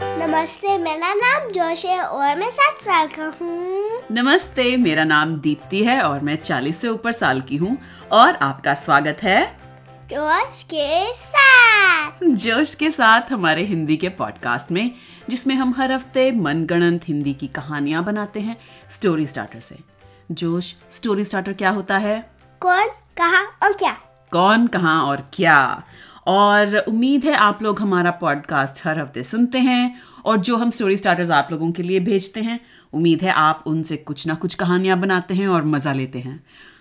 नमस्ते मेरा नाम जोश है और मैं सात साल का हूँ नमस्ते मेरा नाम दीप्ति है और मैं 40 से ऊपर साल की हूँ और आपका स्वागत है जोश के साथ जोश के साथ हमारे हिंदी के पॉडकास्ट में जिसमें हम हर हफ्ते मनगणंत हिंदी की कहानियां बनाते हैं स्टोरी स्टार्टर से जोश स्टोरी स्टार्टर क्या होता है कौन कहा और क्या कौन कहाँ और क्या और उम्मीद है आप लोग हमारा पॉडकास्ट हर हफ्ते सुनते हैं और जो हम स्टोरी स्टार्टर्स आप लोगों के लिए भेजते हैं उम्मीद है आप उनसे कुछ ना कुछ कहानियाँ बनाते हैं और मज़ा लेते हैं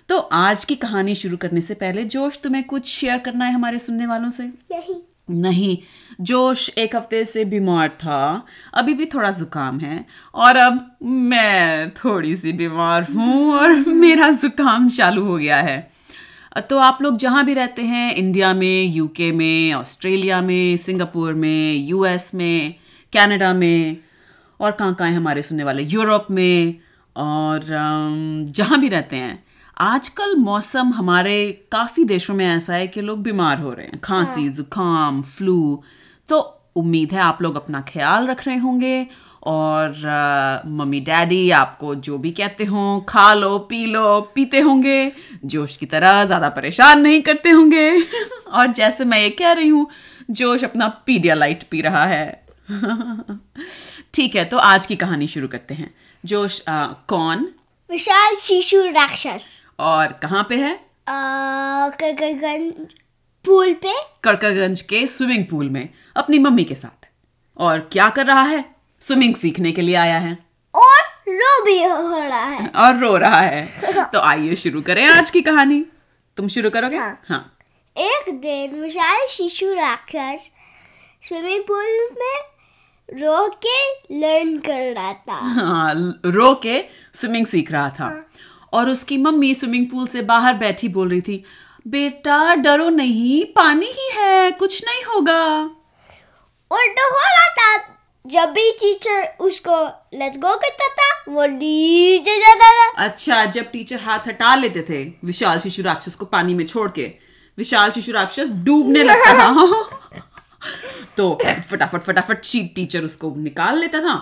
तो आज की कहानी शुरू करने से पहले जोश तुम्हें कुछ शेयर करना है हमारे सुनने वालों से यही नहीं जोश एक हफ्ते से बीमार था अभी भी थोड़ा जुकाम है और अब मैं थोड़ी सी बीमार हूँ और मेरा जुकाम चालू हो गया है तो आप लोग जहाँ भी रहते हैं इंडिया में यूके में ऑस्ट्रेलिया में सिंगापुर में यूएस में कनाडा में और कहाँ कहाँ हैं हमारे सुनने वाले यूरोप में और अम, जहाँ भी रहते हैं आजकल मौसम हमारे काफ़ी देशों में ऐसा है कि लोग बीमार हो रहे हैं खांसी जुकाम फ्लू तो उम्मीद है आप लोग अपना ख्याल रख रहे होंगे और अ, मम्मी डैडी आपको जो भी कहते हों खा लो पी लो पीते होंगे जोश की तरह ज़्यादा परेशान नहीं करते होंगे और जैसे मैं ये कह रही हूँ जोश अपना पीडियालाइट पी रहा है ठीक है तो आज की कहानी शुरू करते हैं जोश अ, कौन विशाल शिशु राक्षस और कहाँ पे है अ, करकरगंज पुल पे कड़कगंज के स्विमिंग पूल में अपनी मम्मी के साथ और क्या कर रहा है स्विमिंग सीखने के लिए आया है और रो भी हो रहा है और रो रहा है तो आइए शुरू करें आज की कहानी तुम शुरू करोगे हाँ। हाँ एक दिन विशाल शिशु राक्षस स्विमिंग पूल में रो के लर्न कर रहा था हाँ, रो के स्विमिंग सीख रहा था और उसकी मम्मी स्विमिंग पूल से बाहर बैठी बोल रही थी बेटा डरो नहीं पानी ही है कुछ नहीं होगा और तो हो रहा था जब भी टीचर उसको लेट्स गो कहता था वो नीचे जाता था अच्छा जब टीचर हाथ हटा लेते थे विशाल शिशु राक्षस को पानी में छोड़ के विशाल शिशु राक्षस डूबने लगता था तो फटाफट फटाफट चीट टीचर उसको निकाल लेता था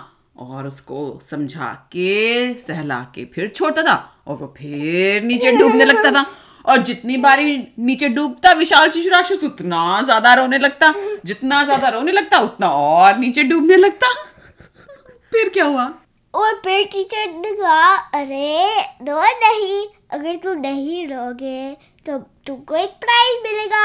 और उसको समझा के सहला के फिर छोड़ता था और वो फिर नीचे डूबने लगता था और जितनी बारी नीचे डूबता विशाल शिशु राक्षस उतना ज्यादा रोने लगता जितना ज्यादा रोने लगता उतना और नीचे डूबने लगता फिर क्या हुआ और फिर टीचर ने कहा अरे दो नहीं अगर तू नहीं रोगे तो तुमको एक प्राइज मिलेगा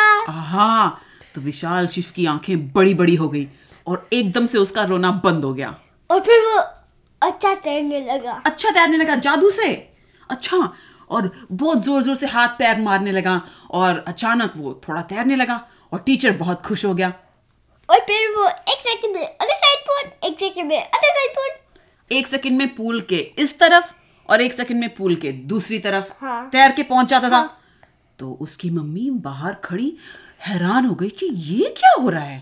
हाँ तो विशाल शिव की आंखें बड़ी बड़ी हो गई और एकदम से उसका रोना बंद हो गया और फिर वो अच्छा तैरने लगा अच्छा तैरने लगा जादू से अच्छा और बहुत जोर जोर से हाथ पैर मारने लगा और अचानक वो थोड़ा तैरने लगा और टीचर बहुत खुश हो गया और फिर वो एक सेकंड में अदर साइड पर एक सेकंड में अदर साइड पर एक सेकंड में पूल के इस तरफ और एक सेकंड में पूल के दूसरी तरफ हाँ। तैर के पहुंच जाता था तो उसकी मम्मी बाहर खड़ी हैरान हो गई कि ये क्या हो रहा है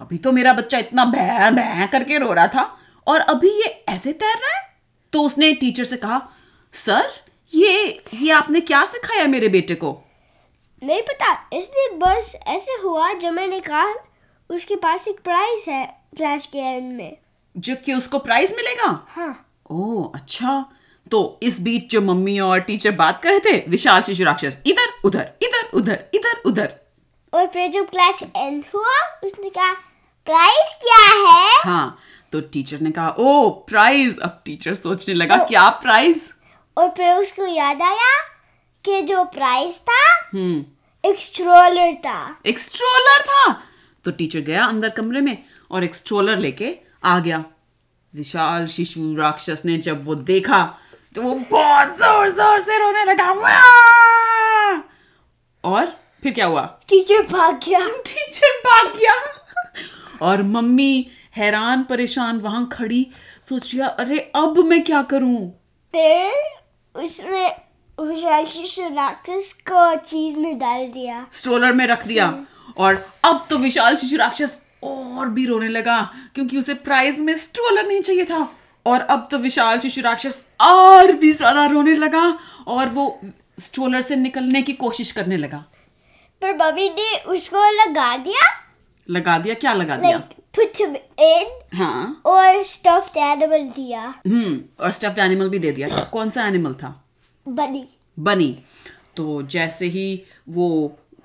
अभी तो मेरा बच्चा इतना भै भै करके रो रहा था और अभी ये ऐसे तैर रहा है तो उसने टीचर से कहा सर ये ये आपने क्या सिखाया मेरे बेटे को नहीं पता इसलिए बस ऐसे हुआ जब मैंने कहा उसके पास एक प्राइज है क्लास के एंड में जो कि उसको प्राइज मिलेगा हाँ ओ अच्छा तो इस बीच जो मम्मी और टीचर बात कर रहे थे विशाल शिशु राक्षस इधर उधर इधर उधर इधर उधर और फिर जब क्लास एंड हुआ उसने कहा प्राइस क्या है हाँ तो टीचर ने कहा ओ प्राइज अब टीचर सोचने लगा क्या प्राइज और फिर उसको याद आया कि जो प्राइस था हम्म एक स्ट्रोलर था एक स्ट्रोलर था तो टीचर गया अंदर कमरे में और एक स्ट्रोलर लेके आ गया विशाल शिशु राक्षस ने जब वो देखा तो वो बहुत जोर जोर से रोने लगा वाह! और फिर क्या हुआ टीचर भाग गया टीचर भाग गया और मम्मी हैरान परेशान वहां खड़ी सोच रही है, अरे अब मैं क्या करूं फिर उसने विशाल शिशु राक्षस को चीज में डाल दिया स्ट्रोलर में रख दिया और अब तो विशाल शिशु राक्षस और भी रोने लगा क्योंकि उसे प्राइज में स्ट्रोलर नहीं चाहिए था और अब तो विशाल शिशु राक्षस और भी ज्यादा रोने लगा और वो स्ट्रोलर से निकलने की कोशिश करने लगा पर बबी ने उसको लगा दिया लगा दिया क्या लगा दिया लाइक put him in हाँ और stuffed animal दिया हम्म और स्टफ्ड एनिमल भी दे दिया कौन सा एनिमल था बनी बनी तो जैसे ही वो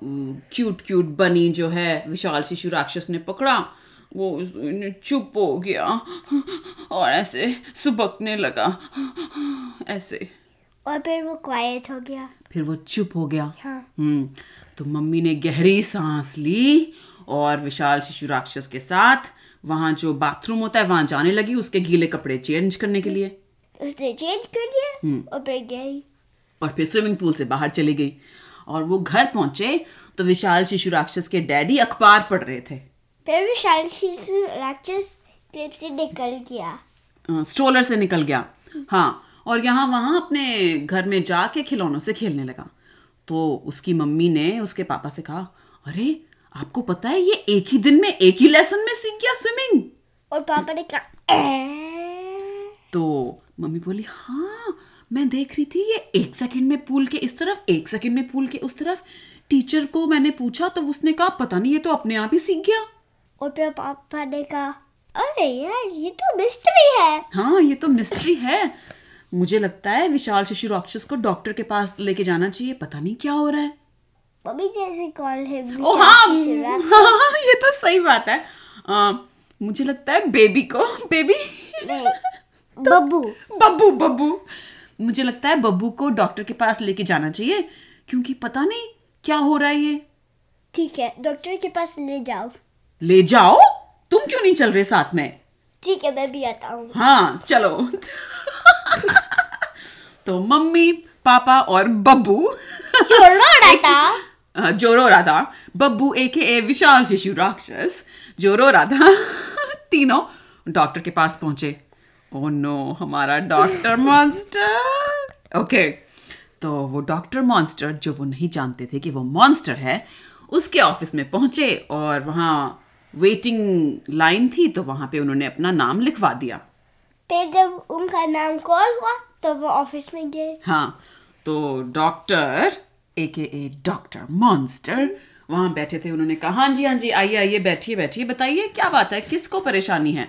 क्यूट क्यूट बनी जो है विशाल शिशु राक्षस ने पकड़ा वो उस- ने चुप हो गया और ऐसे सुबकने लगा ऐसे और फिर वो quiet हो गया फिर वो चुप हो गया हाँ हम्म तो मम्मी ने गहरी सांस ली और विशाल शिशु राक्षस के साथ वहाँ जो बाथरूम होता है वहाँ जाने लगी उसके गीले कपड़े चेंज करने के लिए उसने चेंज कर दिया और फिर गई और फिर स्विमिंग पूल से बाहर चली गई और वो घर पहुंचे तो विशाल शिशु राक्षस के डैडी अखबार पढ़ रहे थे फिर विशाल शिशु राक्षस क्लिप से निकल गया अ, स्ट्रोलर से निकल गया हाँ और यहाँ वहाँ अपने घर में जाके खिलौनों से खेलने लगा तो उसकी मम्मी ने उसके पापा से कहा अरे आपको पता है ये एक ही दिन में एक ही लेसन में सीख गया स्विमिंग और पापा ने कहा "ऐ।" तो मम्मी बोली हाँ मैं देख रही थी ये एक सेकंड में पूल के इस तरफ एक सेकंड में पूल के उस तरफ टीचर को मैंने पूछा तो उसने कहा पता नहीं ये तो अपने आप ही सीख गया और फिर पापा ने कहा अरे यार ये तो मिस्ट्री है हाँ ये तो मिस्ट्री है मुझे लगता है विशाल शिशु राक्षस को डॉक्टर के पास लेके जाना चाहिए पता नहीं क्या हो रहा है मम्मी जैसे कॉल है ओ विशाल हाँ शिशु राक्षस। हाँ ये तो सही बात है आ, मुझे लगता है बेबी को बेबी नहीं, तो बब्बू बब्बू बब्बू मुझे लगता है बब्बू को डॉक्टर के पास लेके जाना चाहिए क्योंकि पता नहीं क्या हो रहा है ये ठीक है डॉक्टर के पास ले जाओ ले जाओ तुम क्यों नहीं चल रहे साथ में ठीक है मैं भी आता हूँ हाँ चलो तो मम्मी पापा और बब्बू था अ, जोरो राधा बब्बू ए के ए विशाल शिशु राक्षस जोरो राधा तीनों डॉक्टर के पास पहुंचे ओ नो हमारा डॉक्टर मॉन्स्टर ओके तो वो डॉक्टर मॉन्स्टर जो वो नहीं जानते थे कि वो मॉन्स्टर है उसके ऑफिस में पहुंचे और वहाँ वेटिंग लाइन थी तो वहाँ पे उन्होंने अपना नाम लिखवा दिया फिर जब उनका नाम कॉल हुआ तो वो ऑफिस में गए हाँ तो doctor A K A doctor monster वहां बैठे थे उन्होंने कहा हाँ जी हाँ जी आइए आइए बैठिए बैठिए बताइए क्या बात है किसको परेशानी है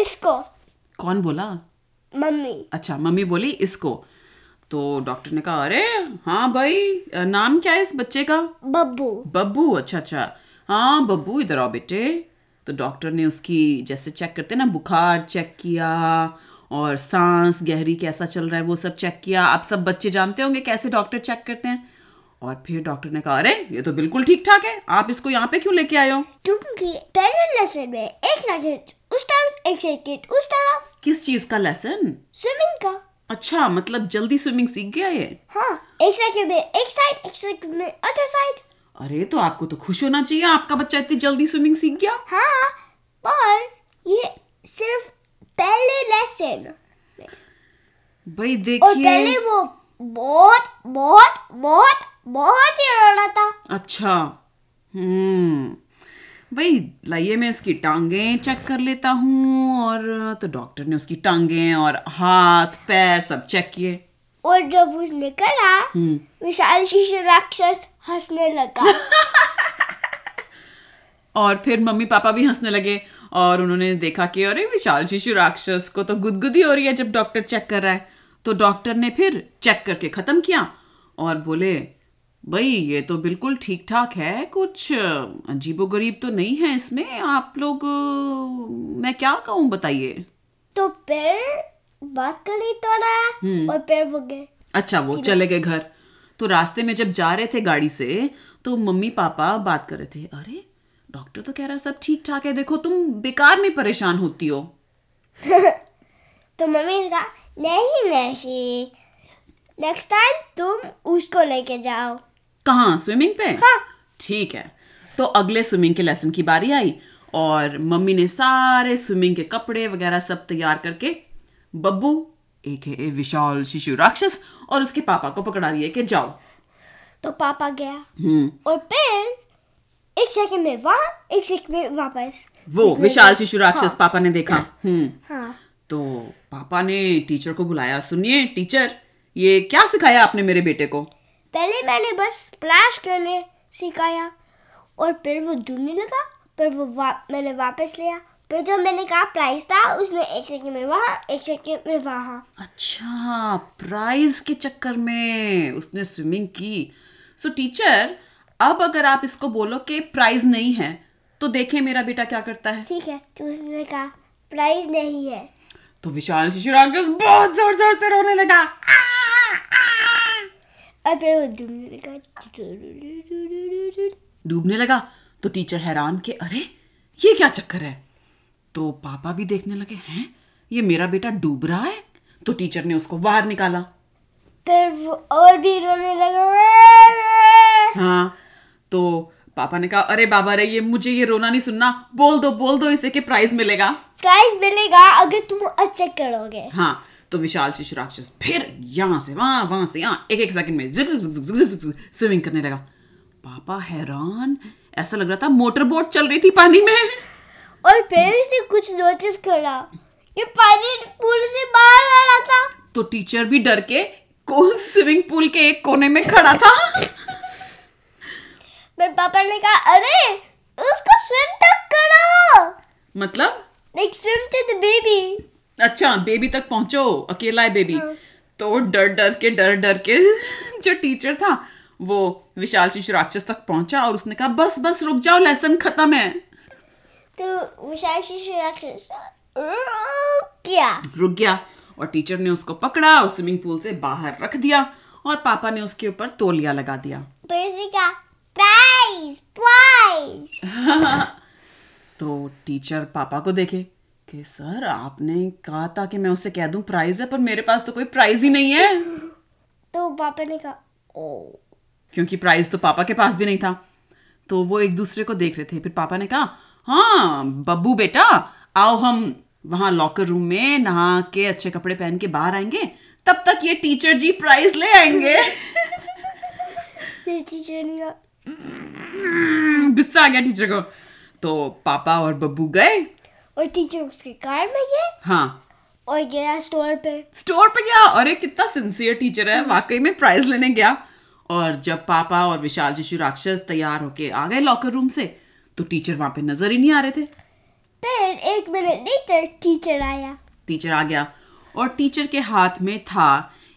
इसको कौन बोला मम्मी अच्छा मम्मी बोली इसको तो डॉक्टर ने कहा अरे हाँ भाई अ, नाम क्या है इस बच्चे का बब्बू बब्बू अच्छा अच्छा हाँ बब्बू इधर आओ बेटे तो डॉक्टर ने उसकी जैसे चेक करते ना बुखार चेक किया और सांस गहरी कैसा चल रहा है वो सब चेक किया आप सब बच्चे जानते होंगे कैसे डॉक्टर चेक करते हैं और फिर डॉक्टर ने कहा अरे ये तो बिल्कुल ठीक ठाक है आप इसको यहाँ पे क्यों लेके आए हो क्योंकि पहले लेसन में एक रैकेट उस तरफ एक रैकेट उस तरफ किस चीज़ का लेसन स्विमिंग का अच्छा मतलब जल्दी स्विमिंग सीख गया ये हाँ एक सेकंड में एक साइड एक सेकंड में अदर साइड अरे तो आपको तो खुश होना चाहिए आपका बच्चा इतनी जल्दी स्विमिंग सीख गया हाँ पर ये सिर्फ पहले लेसन भाई और देखिए पहले वो बहुत बहुत बहुत बहुत ही रो रहा था अच्छा हम्म भाई लाइए मैं इसकी टांगें चेक कर लेता हूँ और तो डॉक्टर ने उसकी टांगें और हाथ पैर सब चेक किए और जब उसने करा हम्म विशाल शिशु राक्षस हंसने लगा और फिर मम्मी पापा भी हंसने लगे और उन्होंने देखा कि अरे विशाल शिशु राक्षस को तो गुदगुदी हो रही है जब डॉक्टर चेक कर रहा है तो डॉक्टर ने फिर चेक करके ख़त्म किया और बोले भाई ये तो बिल्कुल ठीक ठाक है कुछ अजीबो गरीब तो नहीं है इसमें आप लोग अ, मैं क्या कहूँ बताइए तो फिर बात करनी तो रहा और फिर वो गए अच्छा वो चले गए घर तो रास्ते में जब जा रहे थे गाड़ी से तो मम्मी पापा बात कर रहे थे अरे डॉक्टर तो कह रहा सब ठीक ठाक है देखो तुम बेकार में परेशान होती हो तो मम्मी ने कहा नहीं नहीं नेक्स्ट टाइम तुम उसको लेके जाओ कहाँ स्विमिंग पे हाँ। ठीक है तो अगले स्विमिंग के लेसन की बारी आई और मम्मी ने सारे स्विमिंग के कपड़े वगैरह सब तैयार करके बब्बू एक है विशाल शिशु राक्षस और उसके पापा को पकड़ा दिए कि जाओ तो पापा गया हम्म और फिर एक सेकंड में वहाँ एक सेकंड में वापस वो उसने तो- हाँ। विशाल कहा, शिशु राक्षस पापा ने देखा हम्म हाँ तो पापा ने टीचर को बुलाया सुनिए टीचर ये क्या सिखाया आपने मेरे बेटे को पहले मैंने बस स्प्लैश करने सिखाया और फिर वो धुलने लगा पर वो वा, मैंने वापस लिया फिर जो मैंने कहा प्राइस था उसने एक सेकंड में वहाँ एक सेकंड में वहाँ अच्छा प्राइज के चक्कर में उसने स्विमिंग की सो टीचर अब अगर आप इसको बोलो कि प्राइज नहीं है तो देखें मेरा बेटा क्या करता है ठीक है तो उसने कहा प्राइस नहीं है तो विशाल शिशुराग just बहुत जोर जोर से रोने लगा और फिर वो डूबने लगा डूबने लगा तो टीचर हैरान के अरे ये क्या चक्कर है तो पापा भी देखने लगे हैं ये मेरा बेटा डूब रहा है तो टीचर ने उसको बाहर निकाला फिर वो और भी रोने लगा हाँ तो पापा ने कहा अरे बाबा रे ये मुझे ये रोना नहीं सुनना बोल दो बोल दो इसे कि प्राइज मिलेगा प्राइस मिलेगा अगर तुम अच्छा करोगे हाँ तो विशाल शिशु राक्षस फिर यहाँ से वहां वहां से यहाँ एक एक सेकंड में जिग जिग जिग जिग जिग जिग जिग स्विमिंग करने लगा पापा हैरान ऐसा लग रहा था मोटर बोट चल रही थी पानी में और फिर उसने कुछ नोटिस करा ये पानी पूल से बाहर आ रहा था तो टीचर भी डर के को स्विमिंग पूल के एक कोने में खड़ा था मेरे पापा ने कहा अरे उसको स्विम तक करो मतलब like swim to the baby अच्छा बेबी तक पहुंचो अकेला है बेबी तो डर डर के डर डर के जो टीचर था वो विशाल शिशु राक्षस तक पहुंचा और उसने कहा बस बस रुक जाओ लेसन खत्म है तो विशाल शिशु राक्षस क्या रुक गया और टीचर ने उसको पकड़ा और स्विमिंग पूल से बाहर रख दिया और पापा ने उसके ऊपर तोलिया लगा दिया फिर तो उसने कहा प्राइस प्राइस तो टीचर पापा को देखे कि सर आपने कहा था कि मैं उसे कह दूं प्राइज है पर मेरे पास तो कोई प्राइज ही नहीं है तो पापा ने कहा ओ क्योंकि प्राइज तो पापा के पास भी नहीं था तो वो एक दूसरे को देख रहे थे फिर पापा ने कहा हाँ बब्बू बेटा आओ हम वहाँ लॉकर रूम में नहा के अच्छे कपड़े पहन के बाहर आएंगे तब तक ये टीचर जी प्राइज ले आएंगे फिर टीचर ने कहा गुस्सा आ गया टीचर को तो पापा और बब्बू गए और टीचर उसके कार में गए हाँ और गया स्टोर पे स्टोर पे गया और एक कितना सिंसियर टीचर है वाकई में प्राइज लेने गया और जब पापा और विशाल शिशु राक्षस तैयार होके आ गए लॉकर रूम से तो टीचर वहां पे नजर ही नहीं आ रहे थे फिर एक मिनट लेटर टीचर आया टीचर आ गया और टीचर के हाथ में था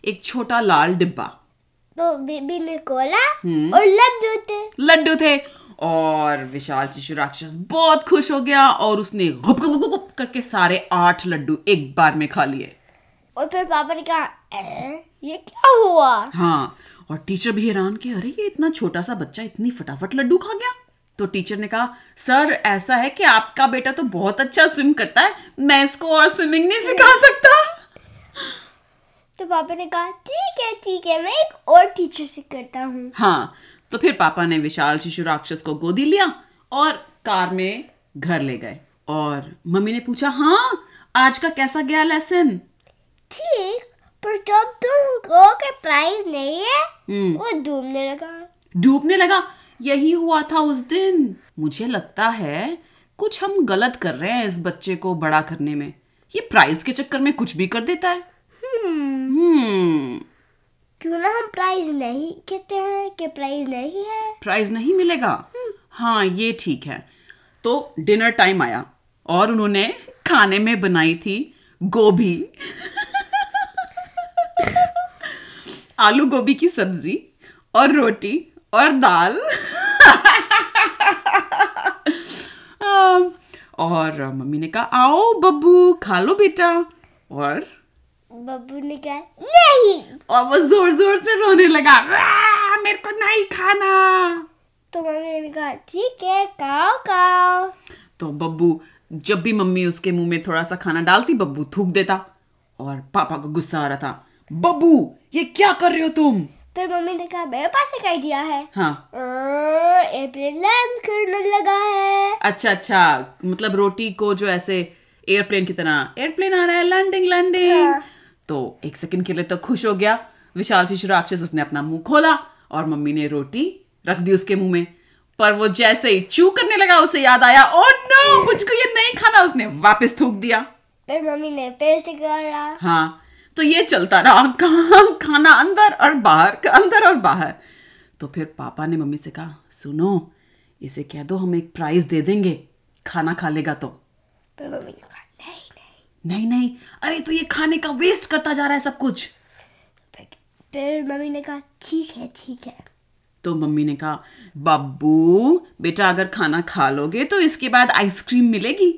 एक छोटा लाल डिब्बा तो बेबी ने खोला और लड्डू थे लड्डू थे और विशाल शिशु राक्षस बहुत खुश हो गया और उसने घुप घुप घुप घुप करके सारे आठ लड्डू एक बार में खा लिए और फिर पापा ने कहा "अ, ये क्या हुआ हाँ और टीचर भी हैरान कि अरे ये इतना छोटा सा बच्चा इतनी फटाफट लड्डू खा गया तो टीचर ने कहा सर ऐसा है कि आपका बेटा तो बहुत अच्छा स्विम करता है मैं इसको और स्विमिंग नहीं सिखा सकता तो पापा ने कहा ठीक है ठीक है मैं एक और टीचर से करता हूँ हाँ तो फिर पापा ने विशाल शिशु राक्षस को गोदी लिया और कार में घर ले गए और मम्मी ने पूछा हाँ आज का कैसा गया लेसन ठीक पर जब तुम कहो कि प्राइस नहीं है वो डूबने लगा "हम्म, डूबने लगा यही हुआ था उस दिन मुझे लगता है कुछ हम गलत कर रहे हैं इस बच्चे को बड़ा करने में ये प्राइस के चक्कर में कुछ भी कर देता है हम्म हम्म क्यों ना हम प्राइस नहीं कहते हैं कि प्राइस नहीं है प्राइज नहीं मिलेगा हाँ ये ठीक है तो डिनर टाइम आया और उन्होंने खाने में बनाई थी गोभी आलू गोभी की सब्जी और रोटी और दाल आम, और मम्मी ने कहा आओ बब्बू खा लो बेटा और बब्बू ने कहा नहीं और वो जोर जोर से रोने लगा "आ, मेरे को नहीं खाना तो मम्मी ने कहा ठीक है खाओ खाओ तो बब्बू जब भी मम्मी उसके मुंह में थोड़ा सा खाना डालती बब्बू थूक देता और पापा को गुस्सा आ रहा था बब्बू ये क्या कर रहे हो तुम फिर मम्मी ने कहा मेरे पास एक आइडिया है हाँ और एयरप्लेन लैंड करने लगा है अच्छा अच्छा मतलब रोटी को जो ऐसे एयरप्लेन की तरह एयरप्लेन आ रहा है लैंडिंग लैंडिंग हाँ। तो एक सेकंड के लिए तो खुश हो गया विशाल शिशु राक्षस उसने अपना मुंह खोला और मम्मी ने रोटी रख दी उसके मुंह में पर वो जैसे ही चू करने लगा उसे याद आया ओ नो मुझको ये नहीं खाना उसने वापस थूक दिया फिर मम्मी ने फिर से करा हाँ तो ये चलता रहा काम खाना अंदर और बाहर अंदर और बाहर तो फिर पापा ने मम्मी से कहा सुनो इसे कह दो हम एक प्राइज दे देंगे खाना खा लेगा तो पर मम्मी ने कहा नहीं नहीं नहीं नहीं अरे तू ये खाने का वेस्ट करता जा रहा है सब कुछ फिर- फिर मम्मी ने कहा ठीक है ठीक है तो मम्मी ने कहा बब्बू बेटा अगर खाना खा लोगे तो इसके बाद आइसक्रीम मिलेगी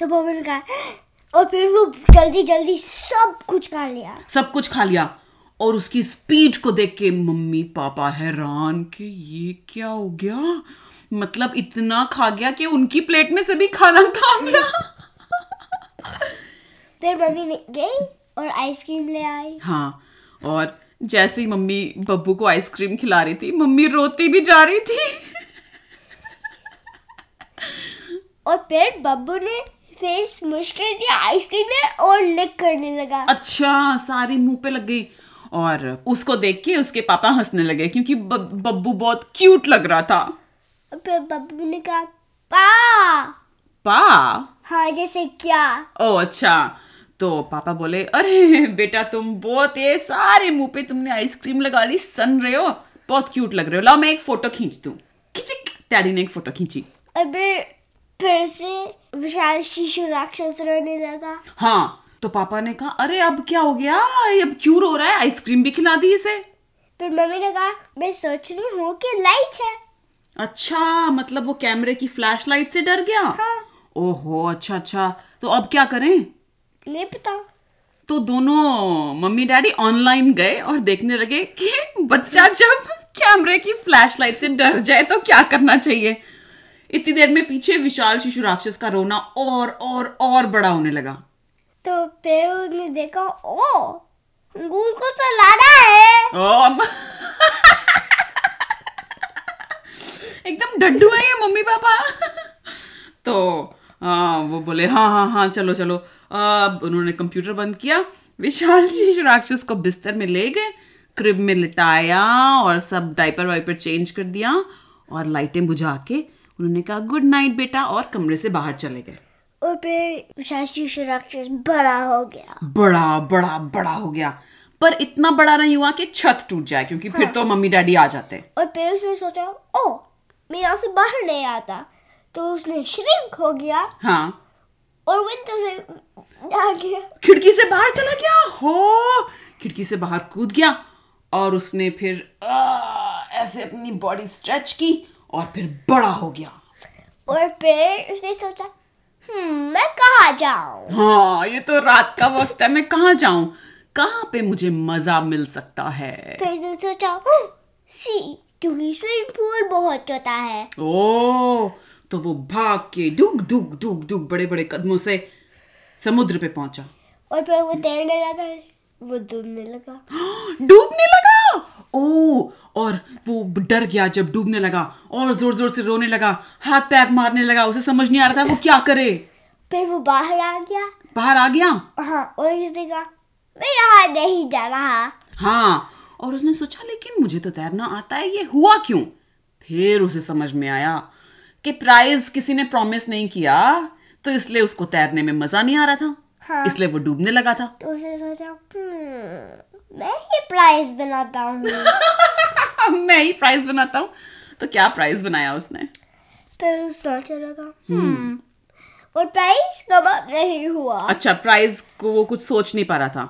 तो मम्मी ने कहा और फिर वो जल्दी जल्दी सब कुछ खा लिया सब कुछ खा लिया और उसकी स्पीड को देख के मम्मी पापा हैरान कि ये क्या हो गया मतलब इतना खा गया कि उनकी प्लेट में से भी खाना खा गया फिर मम्मी ने गई और आइसक्रीम ले आई हाँ और जैसे ही मम्मी बब्बू को आइसक्रीम खिला रही थी मम्मी रोती भी जा रही थी और फिर बब्बू ने फेस मुश्किल की आइसक्रीम में और लिक करने लगा अच्छा सारी मुंह पे लग गई और उसको देख के उसके पापा हंसने लगे क्योंकि बब- बब्बू बहुत क्यूट लग रहा था और फिर बब्बू ने कहा पा पा हाँ जैसे क्या ओ अच्छा तो पापा बोले अरे बेटा तुम बहुत ये सारे मुंह पे तुमने आइसक्रीम लगा ली सन रहे हो बहुत क्यूट लग रहे हो लाओ मैं एक फोटो खींच दूं खिचिक डैडी ने एक फोटो खींची और फिर फिर से विशाल शिशु राक्षस रोने लगा हाँ तो पापा ने कहा अरे अब क्या हो गया ये अब क्यों रो रहा है आइसक्रीम भी खिला दी इसे फिर मम्मी ने कहा मैं सोच रही हूँ कि लाइट है अच्छा मतलब वो कैमरे की फ्लैशलाइट से डर गया हाँ ओहो अच्छा अच्छा तो अब क्या करें नहीं पता तो दोनों मम्मी डैडी ऑनलाइन गए और देखने लगे कि बच्चा जब कैमरे की फ्लैशलाइट से डर जाए तो क्या करना चाहिए इतनी देर में पीछे विशाल शिशु राक्षस का रोना और और और बड़ा होने लगा तो फिर उसने देखा ओ अंगूर को सलाना है ओम। एकदम डड्डू है ये मम्मी पापा तो आ, वो बोले हाँ हाँ हाँ चलो चलो अब उन्होंने कंप्यूटर बंद किया विशाल शिशु राक्षस को बिस्तर में ले गए क्रिब में लिटाया और सब डायपर वाइपर चेंज कर दिया और लाइटें बुझा के उन्होंने कहा गुड नाइट बेटा और कमरे से बाहर चले गए और फिर विशाल शिशु राक्षस बड़ा हो गया बड़ा बड़ा बड़ा हो गया पर इतना बड़ा नहीं हुआ कि छत टूट जाए क्योंकि फिर तो मम्मी डैडी आ जाते और फिर उसने सोचा ओ मैं यहाँ से बाहर नहीं आता तो उसने श्रिंक हो गया हाँ और विंडो से आ गया खिड़की से बाहर चला गया हो खिड़की से बाहर कूद गया और उसने फिर आ, ऐसे अपनी बॉडी स्ट्रेच की और फिर बड़ा हो गया और फिर उसने सोचा "हम्म, मैं कहाँ जाऊँ हाँ ये तो रात का वक्त है मैं कहाँ जाऊं कहाँ पे मुझे मजा मिल सकता है फिर उसने सोचा "हम्म, सी क्योंकि स्विमिंग पूल बहुत छोटा है ओ तो वो भाग के डुग डुग डुग डुग बड़े बड़े कदमों से समुद्र पे पहुंचा और फिर वो तैरने लगा वो डूबने लगा डूबने लगा ओ और वो डर गया जब डूबने लगा और जोर जोर से रोने लगा हाथ पैर मारने लगा उसे समझ नहीं आ रहा था वो क्या करे फिर वो बाहर आ गया बाहर आ गया हाँ और उसने कहा मैं यहाँ नहीं जा रहा हाँ और उसने सोचा लेकिन मुझे तो तैरना आता है ये हुआ क्यों फिर उसे समझ में आया कि प्राइज किसी ने प्रॉमिस नहीं किया तो इसलिए उसको तैरने में मजा नहीं आ रहा था हाँ। इसलिए वो डूबने लगा था तो उसने सोचा "हम्म, मैं ही प्राइस बनाता हूँ मैं ही प्राइज बनाता हूँ तो क्या प्राइज बनाया उसने फिर उस सोचने लगा "हम्म, और प्राइस कम अप नहीं हुआ अच्छा प्राइस को वो कुछ सोच नहीं पा रहा था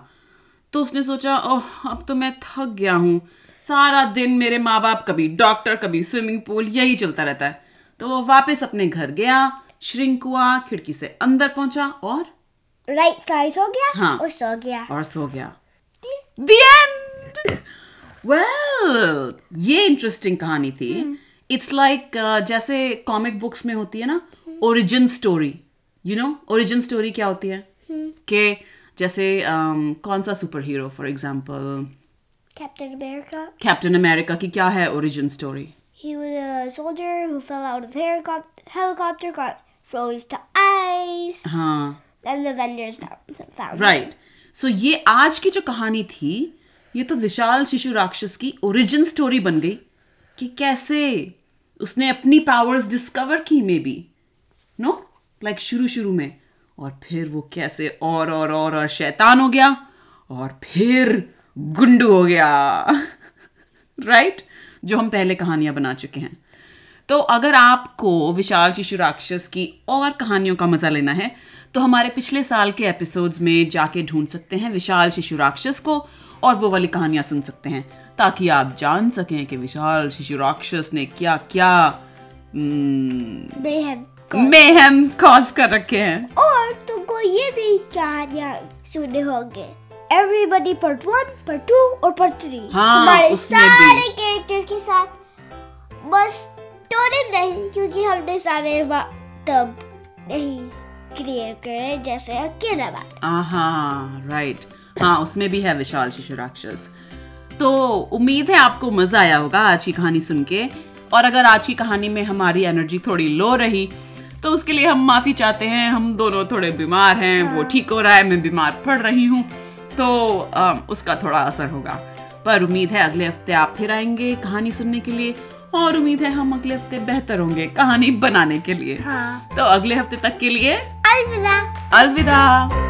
तो उसने सोचा ओह अब तो मैं थक गया हूँ सारा दिन मेरे माँ बाप कभी डॉक्टर कभी स्विमिंग पूल यही चलता रहता है तो वो वापस अपने घर गया श्रिंक हुआ खिड़की से अंदर पहुंचा और राइट साइज हो गया हाँ। और सो गया और सो गया The end! Well, ये इंटरेस्टिंग कहानी थी इट्स लाइक like, uh, जैसे कॉमिक बुक्स में होती है ना origin story you know origin story क्या होती है कि जैसे um, कौन सा super hero for example Captain America Captain America की क्या है origin story He was a soldier who fell out of helicopter, helicopter got froze to ice. हाँ Then the vendors found, found him. Right so ये आज की जो कहानी थी ये तो विशाल शिशु राक्षस की ओरिजिन स्टोरी बन गई कि कैसे उसने अपनी पावर्स डिस्कवर की मे बी नो लाइक शुरू शुरू में और फिर वो कैसे और और और और शैतान हो गया और फिर गुंडू हो गया राइट जो हम पहले कहानियां बना चुके हैं तो अगर आपको विशाल शिशु राक्षस की और कहानियों का मजा लेना है तो हमारे पिछले साल के एपिसोड्स में जाके ढूंढ सकते हैं विशाल शिशु राक्षस को और वो वाली कहानियां सुन सकते हैं ताकि आप जान सकें कि विशाल शिशु राक्षस ने क्या क्या they have मेहम कॉज कर रखे हैं और तुमको ये भी कहानियाँ सुने होंगे everybody part one part two और पार्ट थ्री हाँ, हमारे उसमें भी। सारे कैरेक्टर के साथ बस स्टोरी नहीं क्योंकि हमने सारे वा- तब नहीं क्रिएट करे जैसे अकेला बात हाँ राइट हाँ उसमें भी है विशाल शिशु राक्षस तो उम्मीद है आपको मजा आया होगा आज की कहानी सुन के और अगर आज की कहानी में हमारी एनर्जी थोड़ी लो रही तो उसके लिए हम माफी चाहते हैं हम दोनों थोड़े बीमार हैं वो ठीक हो रहा है मैं बीमार पड़ रही हूँ तो अम, उसका थोड़ा असर होगा पर उम्मीद है अगले हफ्ते आप फिर आएंगे कहानी सुनने के लिए और उम्मीद है हम अगले हफ्ते बेहतर होंगे कहानी बनाने के लिए हाँ तो अगले हफ्ते तक के लिए अलविदा अलविदा